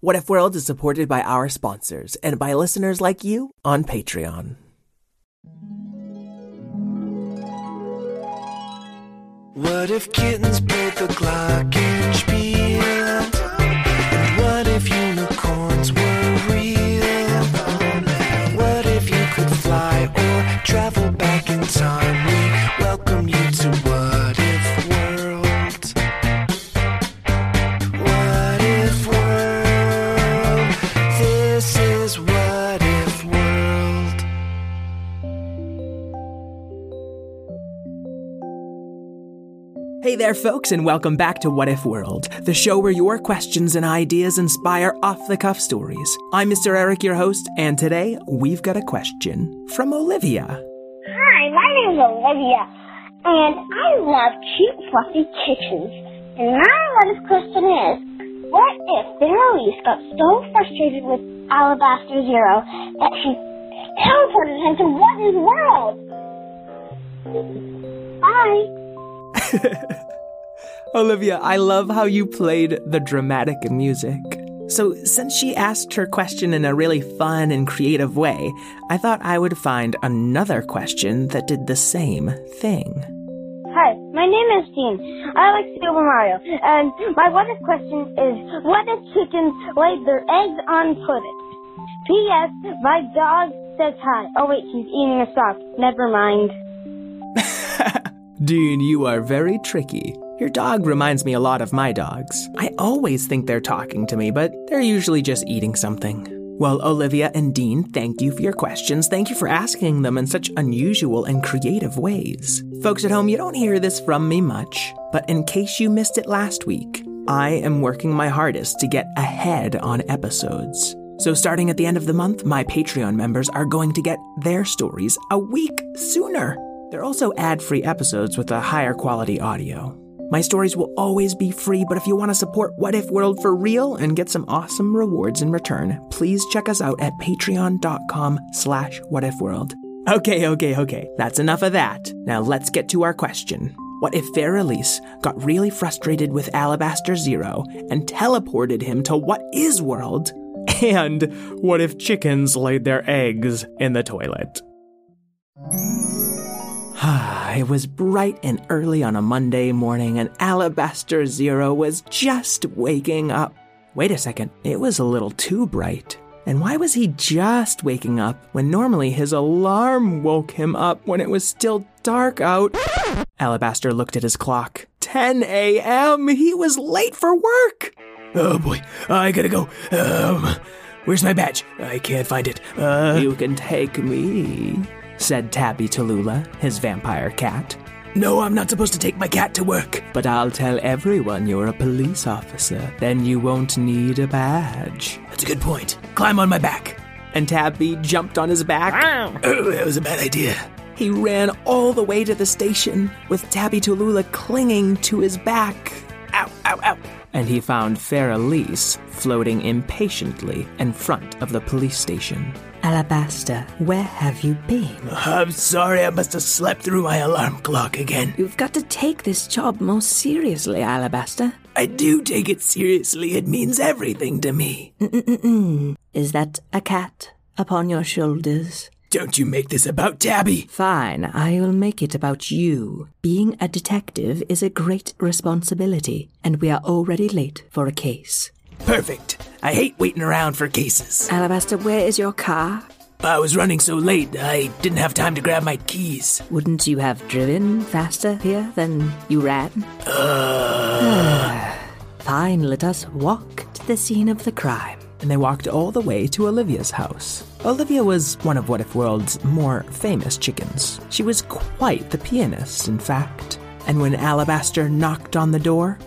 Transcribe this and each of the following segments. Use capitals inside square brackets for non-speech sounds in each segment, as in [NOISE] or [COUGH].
What If World is supported by our sponsors and by listeners like you on Patreon. What if kittens played the glockenspiel? And what if unicorns were real? What if you could fly or travel back in time? We welcome you to What If World. What if world? This is What If World. Hey there, folks, and welcome back to What If World, the show where your questions and ideas inspire off the cuff stories. I'm Mr. Eric, your host, and today we've got a question from Olivia. Hi, my name is Olivia, and I love cute, fluffy kittens. And my last question is, what if Bernice got so frustrated with Alabaster Zero that she teleported him to what is world? Bye. Olivia, I love how you played the dramatic music. So, since she asked her question in a really fun and creative way, I thought I would find another question that did the same thing. Hi, my name is Dean. I like Super Mario, and my what if question is, what if chickens lay their eggs on puddings? P.S. My dog says hi. Oh wait, she's eating a sock. Never mind. Dean, you are very tricky. Your dog reminds me a lot of my dogs. I always think they're talking to me, but they're usually just eating something. Well, Olivia and Dean, thank you for your questions. Thank you for asking them in such unusual and creative ways. Folks at home, you don't hear this from me much, but in case you missed it last week, I am working my hardest to get ahead on episodes. So, starting at the end of the month, my Patreon members are going to get their stories a week sooner. They're also ad free episodes with a higher quality audio. My stories will always be free, but if you want to support What If World for real and get some awesome rewards in return, please check us out at patreon.com slash whatifworld. Okay, okay, okay. That's enough of that. Now let's get to our question. What if Fair Elise got really frustrated with Alabaster Zero and teleported him to what is world? [LAUGHS] And what if chickens laid their eggs in the toilet? Ah, it was bright and early on a Monday morning, and Alabaster Zero was just waking up. Wait a second, it was a little too bright. And why was he just waking up when normally his alarm woke him up when it was still dark out? Alabaster looked at his clock. 10 a.m. He was late for work. Oh boy, I gotta go. Um, where's my badge? I can't find it. Uh... You can take me, said Tabby Tallulah, his vampire cat. No, I'm not supposed to take my cat to work. But I'll tell everyone you're a police officer. Then you won't need a badge. That's a good point. Climb on my back. And Tabby jumped on his back. Oh, that was a bad idea. He ran all the way to the station with Tabby Tallulah clinging to his back. Ow, ow, ow. And he found Fair Elise floating impatiently in front of the police station. Alabaster, where have you been? I'm sorry, I must have slept through my alarm clock again. You've got to take this job more seriously, Alabaster. I do take it seriously, it means everything to me. Mm-mm-mm. Is that a cat upon your shoulders? Don't you make this about Tabby! Fine, I will make it about you. Being a detective is a great responsibility, and we are already late for a case. Perfect. I hate waiting around for cases. Alabaster, where is your car? I was running so late, I didn't have time to grab my keys. Wouldn't you have driven faster here than you ran? [SIGHS] Fine, let us walk to the scene of the crime. And they walked all the way to Olivia's house. Olivia was one of What If World's more famous chickens. She was quite the pianist, in fact. And when Alabaster knocked on the door,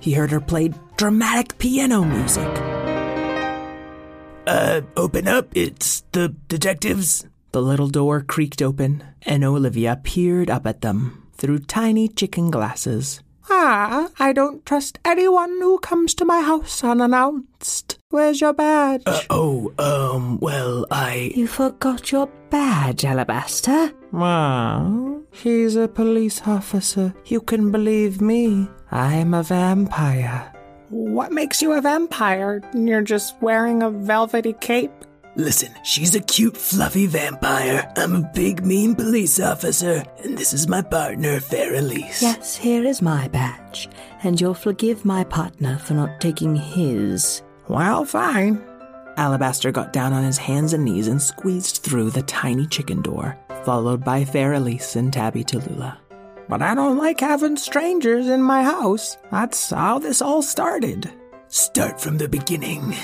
he heard her play dramatic piano music. Uh, open up, it's the detectives. The little door creaked open, and Olivia peered up at them through tiny chicken glasses. Ah, I don't trust anyone who comes to my house unannounced. Where's your badge? oh, um, well, I. You forgot your badge, Alabaster. Well, he's a police officer. You can believe me. I'm a vampire. What makes you a vampire? You're just wearing a velvety cape? Listen, she's a cute, fluffy vampire. I'm a big, mean police officer, and this is my partner, Feralise. Yes, here is my badge, and you'll forgive my partner for not taking his. Well, fine. Alabaster got down on his hands and knees and squeezed through the tiny chicken door, followed by Feralise and Tabby Tallulah. But I don't like having strangers in my house. That's how this all started. Start from the beginning.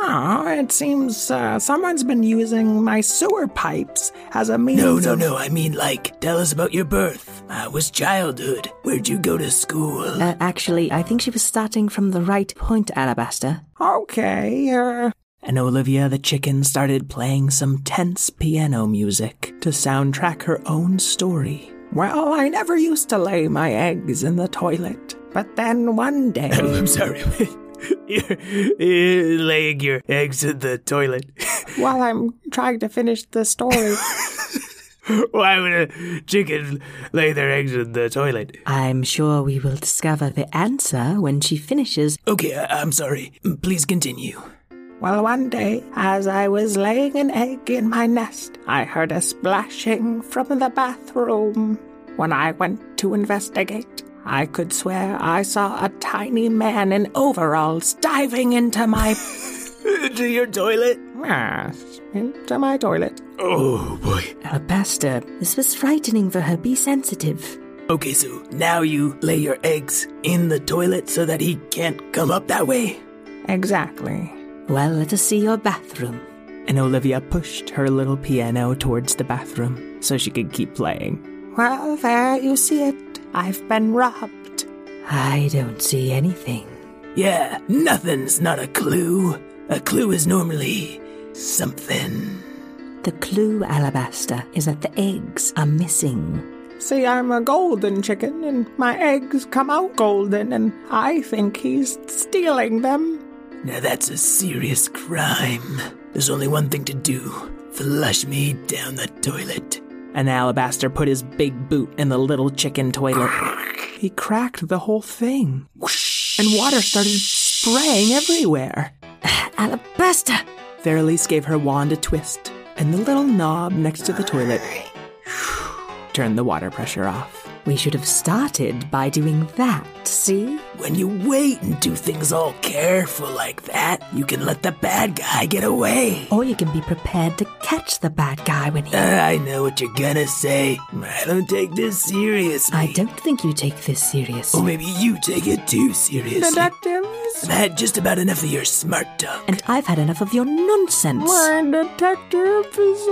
Oh, it seems uh, someone's been using my sewer pipes as a means No, no, of- no. I mean, like, tell us about your birth. How was childhood? Where'd you go to school? Uh, actually, I think she was starting from the right point, Alabaster. Okay, uh, And Olivia the chicken started playing some tense piano music to soundtrack her own story. Well, I never used to lay my eggs in the toilet, but then one day. [LAUGHS] I'm sorry. You're, you're laying your eggs in the toilet. [LAUGHS] while I'm trying to finish the story. Why would a chicken lay their eggs in the toilet? I'm sure we will discover the answer when she finishes. Okay, I- I'm sorry. Please continue. Well, one day, as I was laying an egg in my nest, I heard a splashing from the bathroom. When I went to investigate, I could swear I saw a tiny man in overalls diving into my [LAUGHS] to your toilet? yes, into my toilet. Oh, boy. Alabaster, this was frightening for her. Be sensitive. Okay, so now you lay your eggs in the toilet so that he can't come up that way? Exactly. Well, let us see your bathroom. and Olivia pushed her little piano towards the bathroom so she could keep playing. Well, there you see it. I've been robbed. I don't see anything. Yeah, nothing's not a clue. A clue is normally something. The clue, Alabaster, is that the eggs are missing. See, I'm a golden chicken, and my eggs come out golden, and I think he's stealing them. Now that's a serious crime. There's only one thing to do flush me down the toilet. And Alabaster put his big boot in the little chicken toilet. He cracked the whole thing, and water started spraying everywhere. Alabaster! Fairlies gave her wand a twist, and the little knob next to the toilet turned the water pressure off. We should have started by doing that, see? When you wait and do things all careful like that, you can let the bad guy get away. Uh, Or you can be prepared to catch the bad guy when he. Uh, I know what you're gonna say. I don't take this seriously. I don't think you take this serious. Oh. Or maybe you take it too seriously. Detectives? I've had just about enough of your smart talk. And I've had enough of your nonsense. detectives.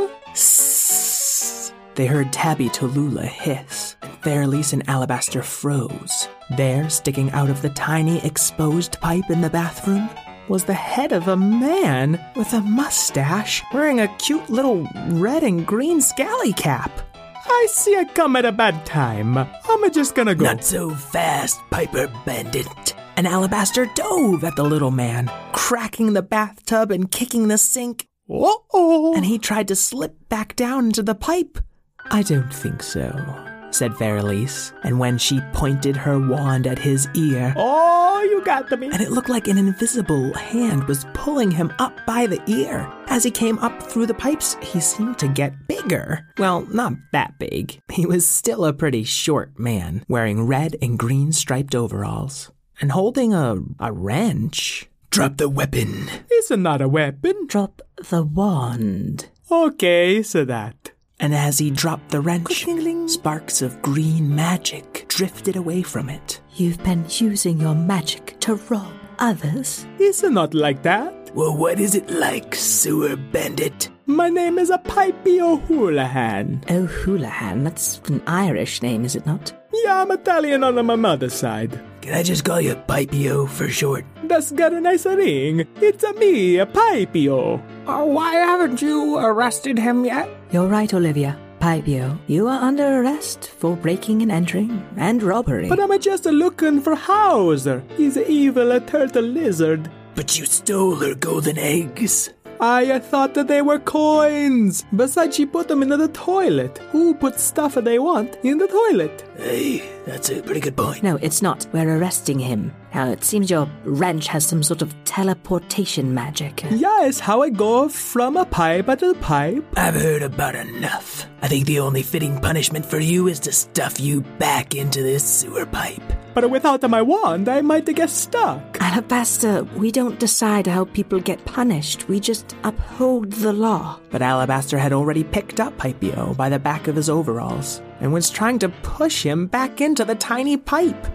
They heard Tabby Tallulah hiss, and Fairlies and Alabaster froze. There, sticking out of the tiny exposed pipe in the bathroom, was the head of a man with a mustache wearing a cute little red and green scally cap. I see it come at a bad time. I'm just gonna go. Not so fast, Piper Bandit. An alabaster dove at the little man, cracking the bathtub and kicking the sink. oh And he tried to slip back down into the pipe. I don't think so, said Fairlies. And when she pointed her wand at his ear, oh, you got me. And it looked like an invisible hand was pulling him up by the ear. As he came up through the pipes, he seemed to get bigger. Well, not that big. He was still a pretty short man, wearing red and green striped overalls and holding a, a wrench. Drop the weapon. Isn't that a weapon? Drop the wand. Okay, so that. And as he dropped the wrench, sparks of green magic drifted away from it. You've been using your magic to rob others. It's not like that. Well, what is it like, sewer bandit? My name is a Pipey O'Houlihan. O'Houlihan, Oh, that's an Irish name, is it not? Yeah, I'm Italian on my mother's side. Can I just call you Pipeo for short? That's got a nice ring. It's a me, a Pipeo. Oh, why haven't you arrested him yet? You're right, Olivia. Pipio, you are under arrest for breaking and entering and robbery. uh, But I'm just looking for Hauser. He's evil a turtle lizard. But you stole her golden eggs. I uh, thought that they were coins. Besides, she put them into the toilet. Who puts stuff they want in the toilet? [LAUGHS] Hey, that's a pretty good point. No, it's not. We're arresting him. Now, it seems your ranch has some sort of teleportation magic. Yes, how I go from a pipe to the pipe. I've heard about enough. I think the only fitting punishment for you is to stuff you back into this sewer pipe. But without my wand, I might get stuck. Alabaster, we don't decide how people get punished. We just uphold the law. But Alabaster had already picked up Pipio by the back of his overalls and was trying to push him back into the tiny pipe.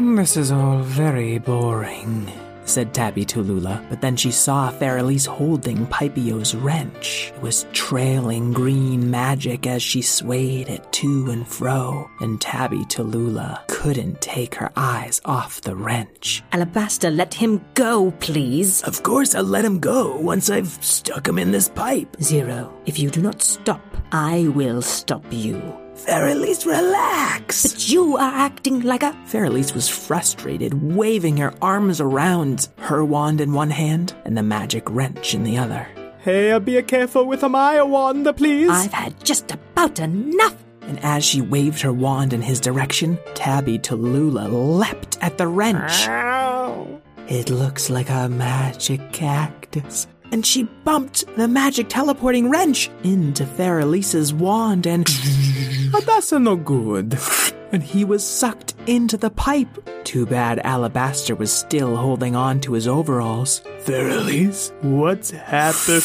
This is all very boring, said Tabby to Lula, but then she saw Feralise holding Pipio's wrench. It was trailing green magic as she swayed it to and fro, and Tabby to Lula couldn't take her eyes off the wrench. Alabaster, let him go, please. Of course, I'll let him go once I've stuck him in this pipe. Zero, if you do not stop, I will stop you. Feralise, relax. But you are acting like a. Feralise was frustrated, waving her arms around, her wand in one hand and the magic wrench in the other. Hey, be careful with my wand, please. I've had just about enough. And as she waved her wand in his direction, Tabby Tallulah leapt at the wrench. It looks like a magic cactus. And she bumped the magic teleporting wrench into Feralise's wand and. [LAUGHS] Oh, that's no good. And he was sucked into the pipe. Too bad Alabaster was still holding on to his overalls. Feralise, what's happened?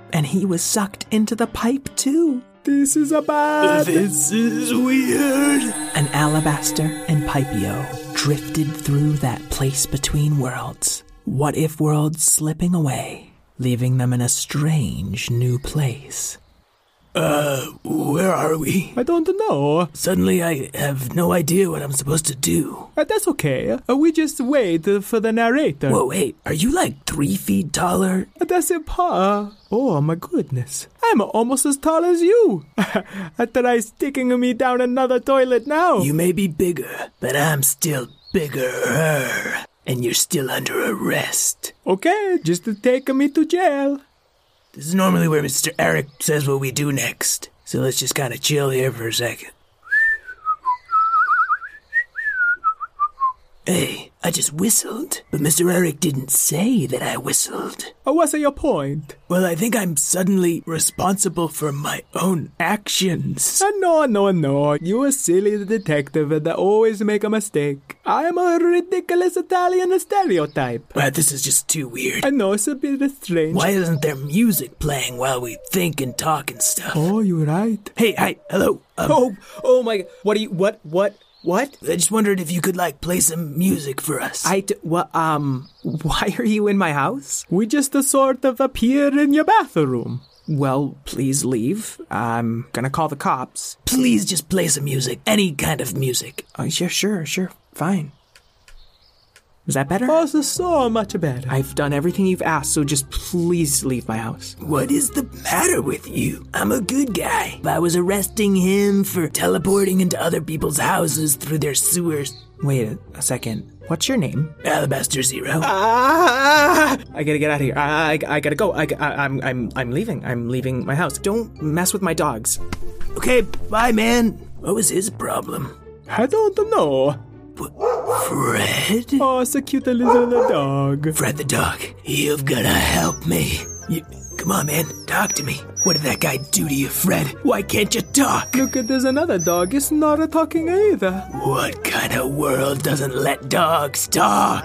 [LAUGHS] and he was sucked into the pipe too. This is a bad. This is weird. And Alabaster and Pipio drifted through that place between worlds. What if worlds slipping away, leaving them in a strange new place? Uh, where are we? I don't know. Suddenly, I have no idea what I'm supposed to do. Uh, That's okay. Uh, We just wait uh, for the narrator. Whoa, wait, are you like three feet taller? Uh, That's it, Pa. Oh my goodness. I'm almost as tall as you. [LAUGHS] Uh, Try sticking me down another toilet now. You may be bigger, but I'm still bigger. And you're still under arrest. Okay, just take me to jail. This is normally where Mr. Eric says what we do next. So let's just kind of chill here for a second. Hey, I just whistled, but Mr. Eric didn't say that I whistled. Uh, What's your point? Well, I think I'm suddenly responsible for my own actions. Uh, no, no, no. You a silly detective that always make a mistake. I'm a ridiculous Italian stereotype. Wow, this is just too weird. I know it's a bit strange. Why isn't there music playing while we think and talk and stuff? Oh, you're right. Hey, hi, hello. Um, Oh, oh my! What do you? What? What? What? I just wondered if you could like play some music for us. I d- wha- um. [LAUGHS] Why are you in my house? We just sort of appeared in your bathroom. Well, please leave. I'm gonna call the cops. please just play some music, any kind of music. Oh, sure, sure, sure. Fine. Is that better? Oh, this is so much better. I've done everything you've asked, so just please leave my house. What is the matter with you? I'm a good guy. If I was arresting him for teleporting into other people's houses through their sewers. Wait a, a second. What's your name? Alabaster Zero. Ah! I gotta get out of here. I, I, I gotta go. I, I, I'm, I'm, I'm leaving. I'm leaving my house. Don't mess with my dogs. okay, bye, man. What was his problem? I don't know. Fred? Oh, it's a cute little dog. Fred the dog, you've gotta help me. You, come on, man, talk to me. What did that guy do to you, Fred? Why can't you talk? Look, there's another dog. It's not talking either. What kind of world doesn't let dogs talk?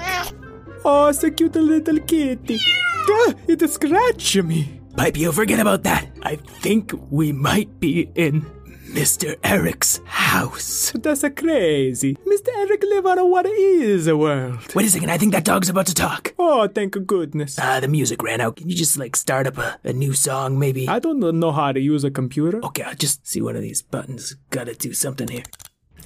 Oh, it's a cute little kitty. Ah, it scratched me. Pipe, you forget about that. I think we might be in Mr. Eric's house. That's a crazy. Mr. Eric live on a what is a world. Wait a second, I think that dog's about to talk. Oh, thank goodness. Ah, the music ran out. Can you just, like, start up a, a new song, maybe? I don't know how to use a computer. Okay, I'll just see one of these buttons. Gotta do something here.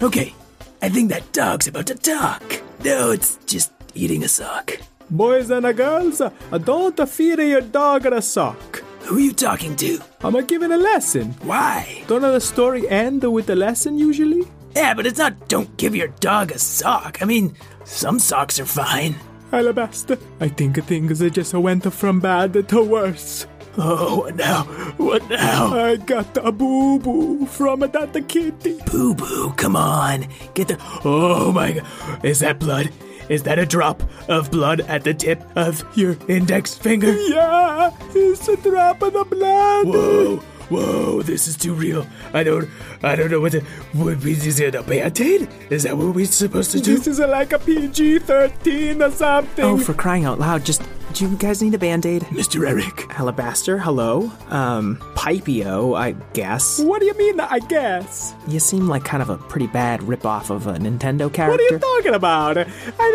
Okay, I think that dog's about to talk. No, it's just eating a sock. Boys and girls, don't feed your dog a sock. Who are you talking to? I'm giving a lesson. Why? Don't the story end with a lesson usually? Yeah, but it's not don't give your dog a sock. I mean, some socks are fine. Alabaster. I think things just went from bad to worse. Oh, what now? What now? I got a boo boo from that kitty. Boo boo, come on. Get the. Oh my god. Is that blood? Is that a drop of blood at the tip of your index finger? Yeah, it's a drop of the blood. Whoa, whoa, this is too real. I don't, I don't know what the, what we is it a band-aid? Is that what we're supposed to do? This is like a PG-13 or something. Oh, for crying out loud, just do you guys need a band aid? Mr. Eric. Alabaster, hello. Um, Pipio, I guess. What do you mean? I guess. You seem like kind of a pretty bad ripoff of a Nintendo character. What are you talking about?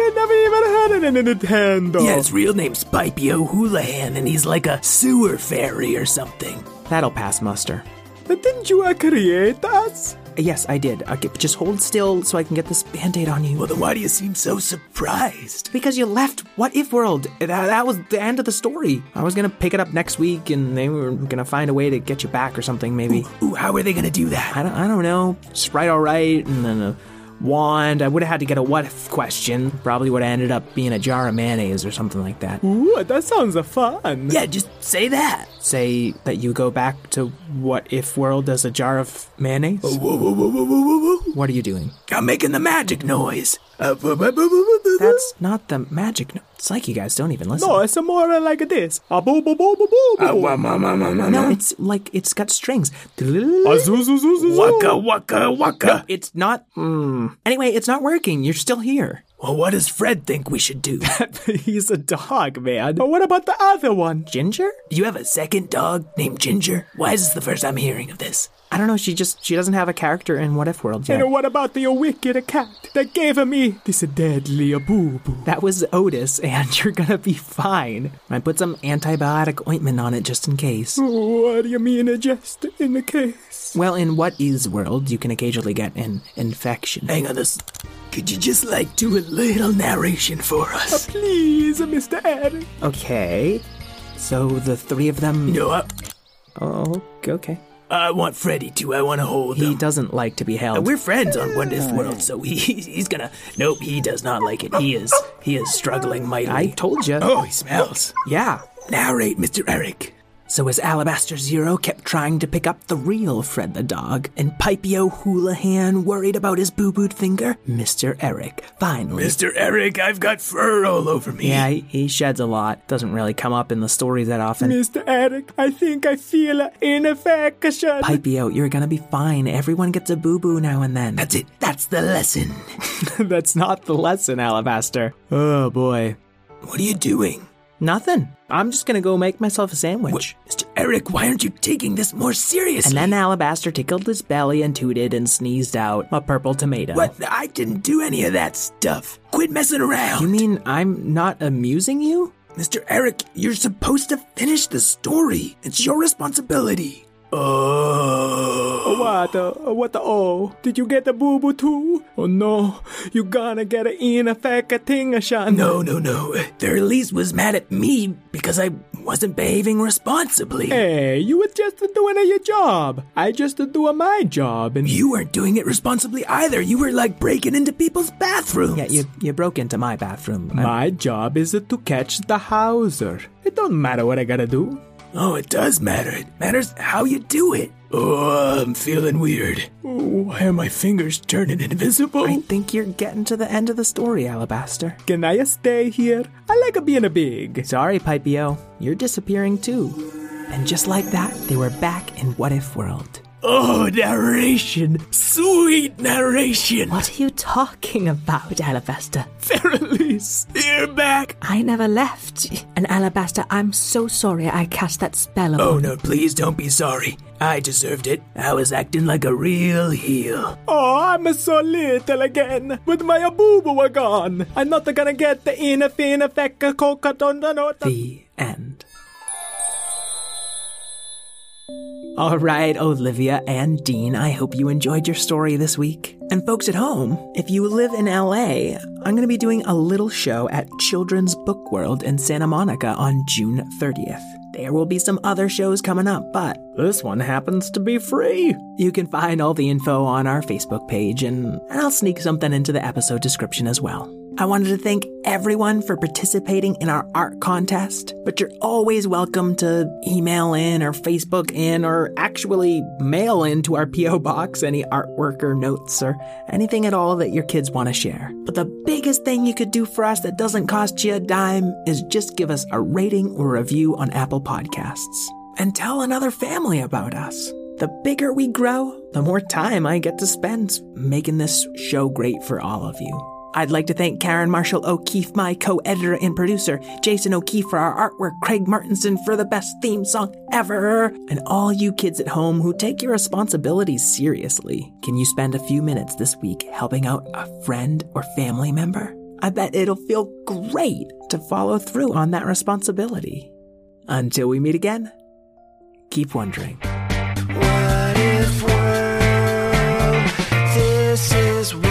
I never even heard of a Nintendo. Yeah, his real name's Pipey O'Houlihan, and he's like a sewer fairy or something. That'll pass muster. Didn't you uh, create us? Yes, I did. Okay, just hold still so I can get this band aid on you. Well, then why do you seem so surprised? Because you left What If World. That, that was the end of the story. I was going to pick it up next week and they were going to find a way to get you back or something, maybe. Ooh, how are they gonna do that? I don't, I don't know. Sprite all right, and then a wand. I would have had to get a what if question. Probably would have ended up being a jar of mayonnaise or something like that. Ooh, that sounds uh, fun. Yeah, just say that. Say that you go back to what if world as a jar of mayonnaise? Whoa, whoa, whoa, whoa, whoa, whoa, whoa. What are you doing? I'm making the magic noise. Uh, That's not the magic. No, it's like you guys don't even listen. No, it's more uh, like this. A boo boo boo boo boo boo. No, it's like it's got strings. A zoo zoo zoo zoo. zoo. Waka waka waka. Hmm. It's not. Mm. Anyway, it's not working. You're still here. Well, what does Fred think we should do? [LAUGHS] He's a dog, man. But what about the other one? Ginger? you have a second dog named Ginger? Why is this the first I'm hearing of this? I don't know. She just she doesn't have a character in What If World yet. And what about the wicked cat that gave me this deadly boo boo? That was Otis, [LAUGHS] and you're gonna be fine. I put some antibiotic ointment on it just in case. What do you mean, uh, just in the case? Well, in What Is World, you can occasionally get an infection. Hang on, this. Could you just like do a little narration for Uh, us? Please, uh, Mr. Eric. Okay. So the three of them. No, uh- I, Oh, okay. I want Freddy to. I want to hold He him. doesn't like to be Uh, held. We're friends on What If World, so he, he's gonna. Nope, he does not like it. He is he is struggling mightily. I told you. oh, he smells. Yeah. Narrate, Mr. Eric. So as Alabaster Zero kept trying to pick up the real Fred the dog, and Pipio Houlihan worried about his boo-booed finger, Mr. Eric finally. Mr. Eric, I've got fur all over me. Yeah, he, he sheds a lot. Doesn't really come up in the stories that often. Mr. Eric, I think I feel uh, infection. Pipio, you're gonna be fine. Everyone gets a boo-boo now and then. That's it. That's the lesson. [LAUGHS] That's not the lesson, Alabaster. Oh boy. What are you doing? Nothing. I'm just gonna go make myself a sandwich. What, Mr. Eric, why aren't you taking this more seriously? And then Alabaster tickled his belly and tooted and sneezed out a purple tomato. what? I didn't do any of that stuff. Quit messing around. You mean I'm not amusing you? Mr. Eric, you're supposed to finish the story. It's your responsibility. Oh. What? Uh, what? the- Oh, did you get the boo boo too? Oh no, you gonna get an infection. No, no, no. Thurlease was mad at me because I wasn't behaving responsibly. Hey, you were just doing uh, your job. I just do my job. And You weren't doing it responsibly either. You were like breaking into people's bathrooms. Yeah, you you broke into my bathroom. I- my job is to catch the Hauser. It don't matter what I gotta do. Oh, it does matter. It matters how you do it. Oh, I'm feeling weird. Why are my fingers turning invisible? I think you're getting to the end of the story, Alabaster. Can I stay here? I like being a big. Sorry, Pipio, you're disappearing too. And just like that, they were back in What If World. Oh, narration. Sweet narration. [LAUGHS] What are you talking about, Alabaster? Theralis, you're back. I never left. And Alabaster, I'm so sorry I cast that spell on Oh no, please don't be sorry. I deserved it. I was acting like a real heel. Oh, I'm so little again. With my boo boo gone, I'm not gonna get the infection. The end. All right, Olivia and Dean, I hope you enjoyed your story this week. And folks at home, if you live in LA, I'm going to be doing a little show at Children's Book World in Santa Monica on June 30th. There will be some other shows coming up, but this one happens to be free. You can find all the info on our Facebook page, and, and I'll sneak something into the episode description as well. I wanted to thank everyone for participating in our art contest, but you're always welcome to email in or Facebook in or actually mail in to our P.O. box any artwork or notes or anything at all that your kids want to share. But the biggest thing you could do for us that doesn't cost you a dime is just give us a rating or review on Apple Podcasts and tell another family about us. The bigger we grow, the more time I get to spend making this show great for all of you. I'd like to thank Karen Marshall O'Keefe, my co editor and producer, Jason O'Keefe for our artwork, Craig Martinson for the best theme song ever, and all you kids at home who take your responsibilities seriously. Can you spend a few minutes this week helping out a friend or family member? I bet it'll feel great to follow through on that responsibility. Until we meet again, keep wondering. What if world? This is.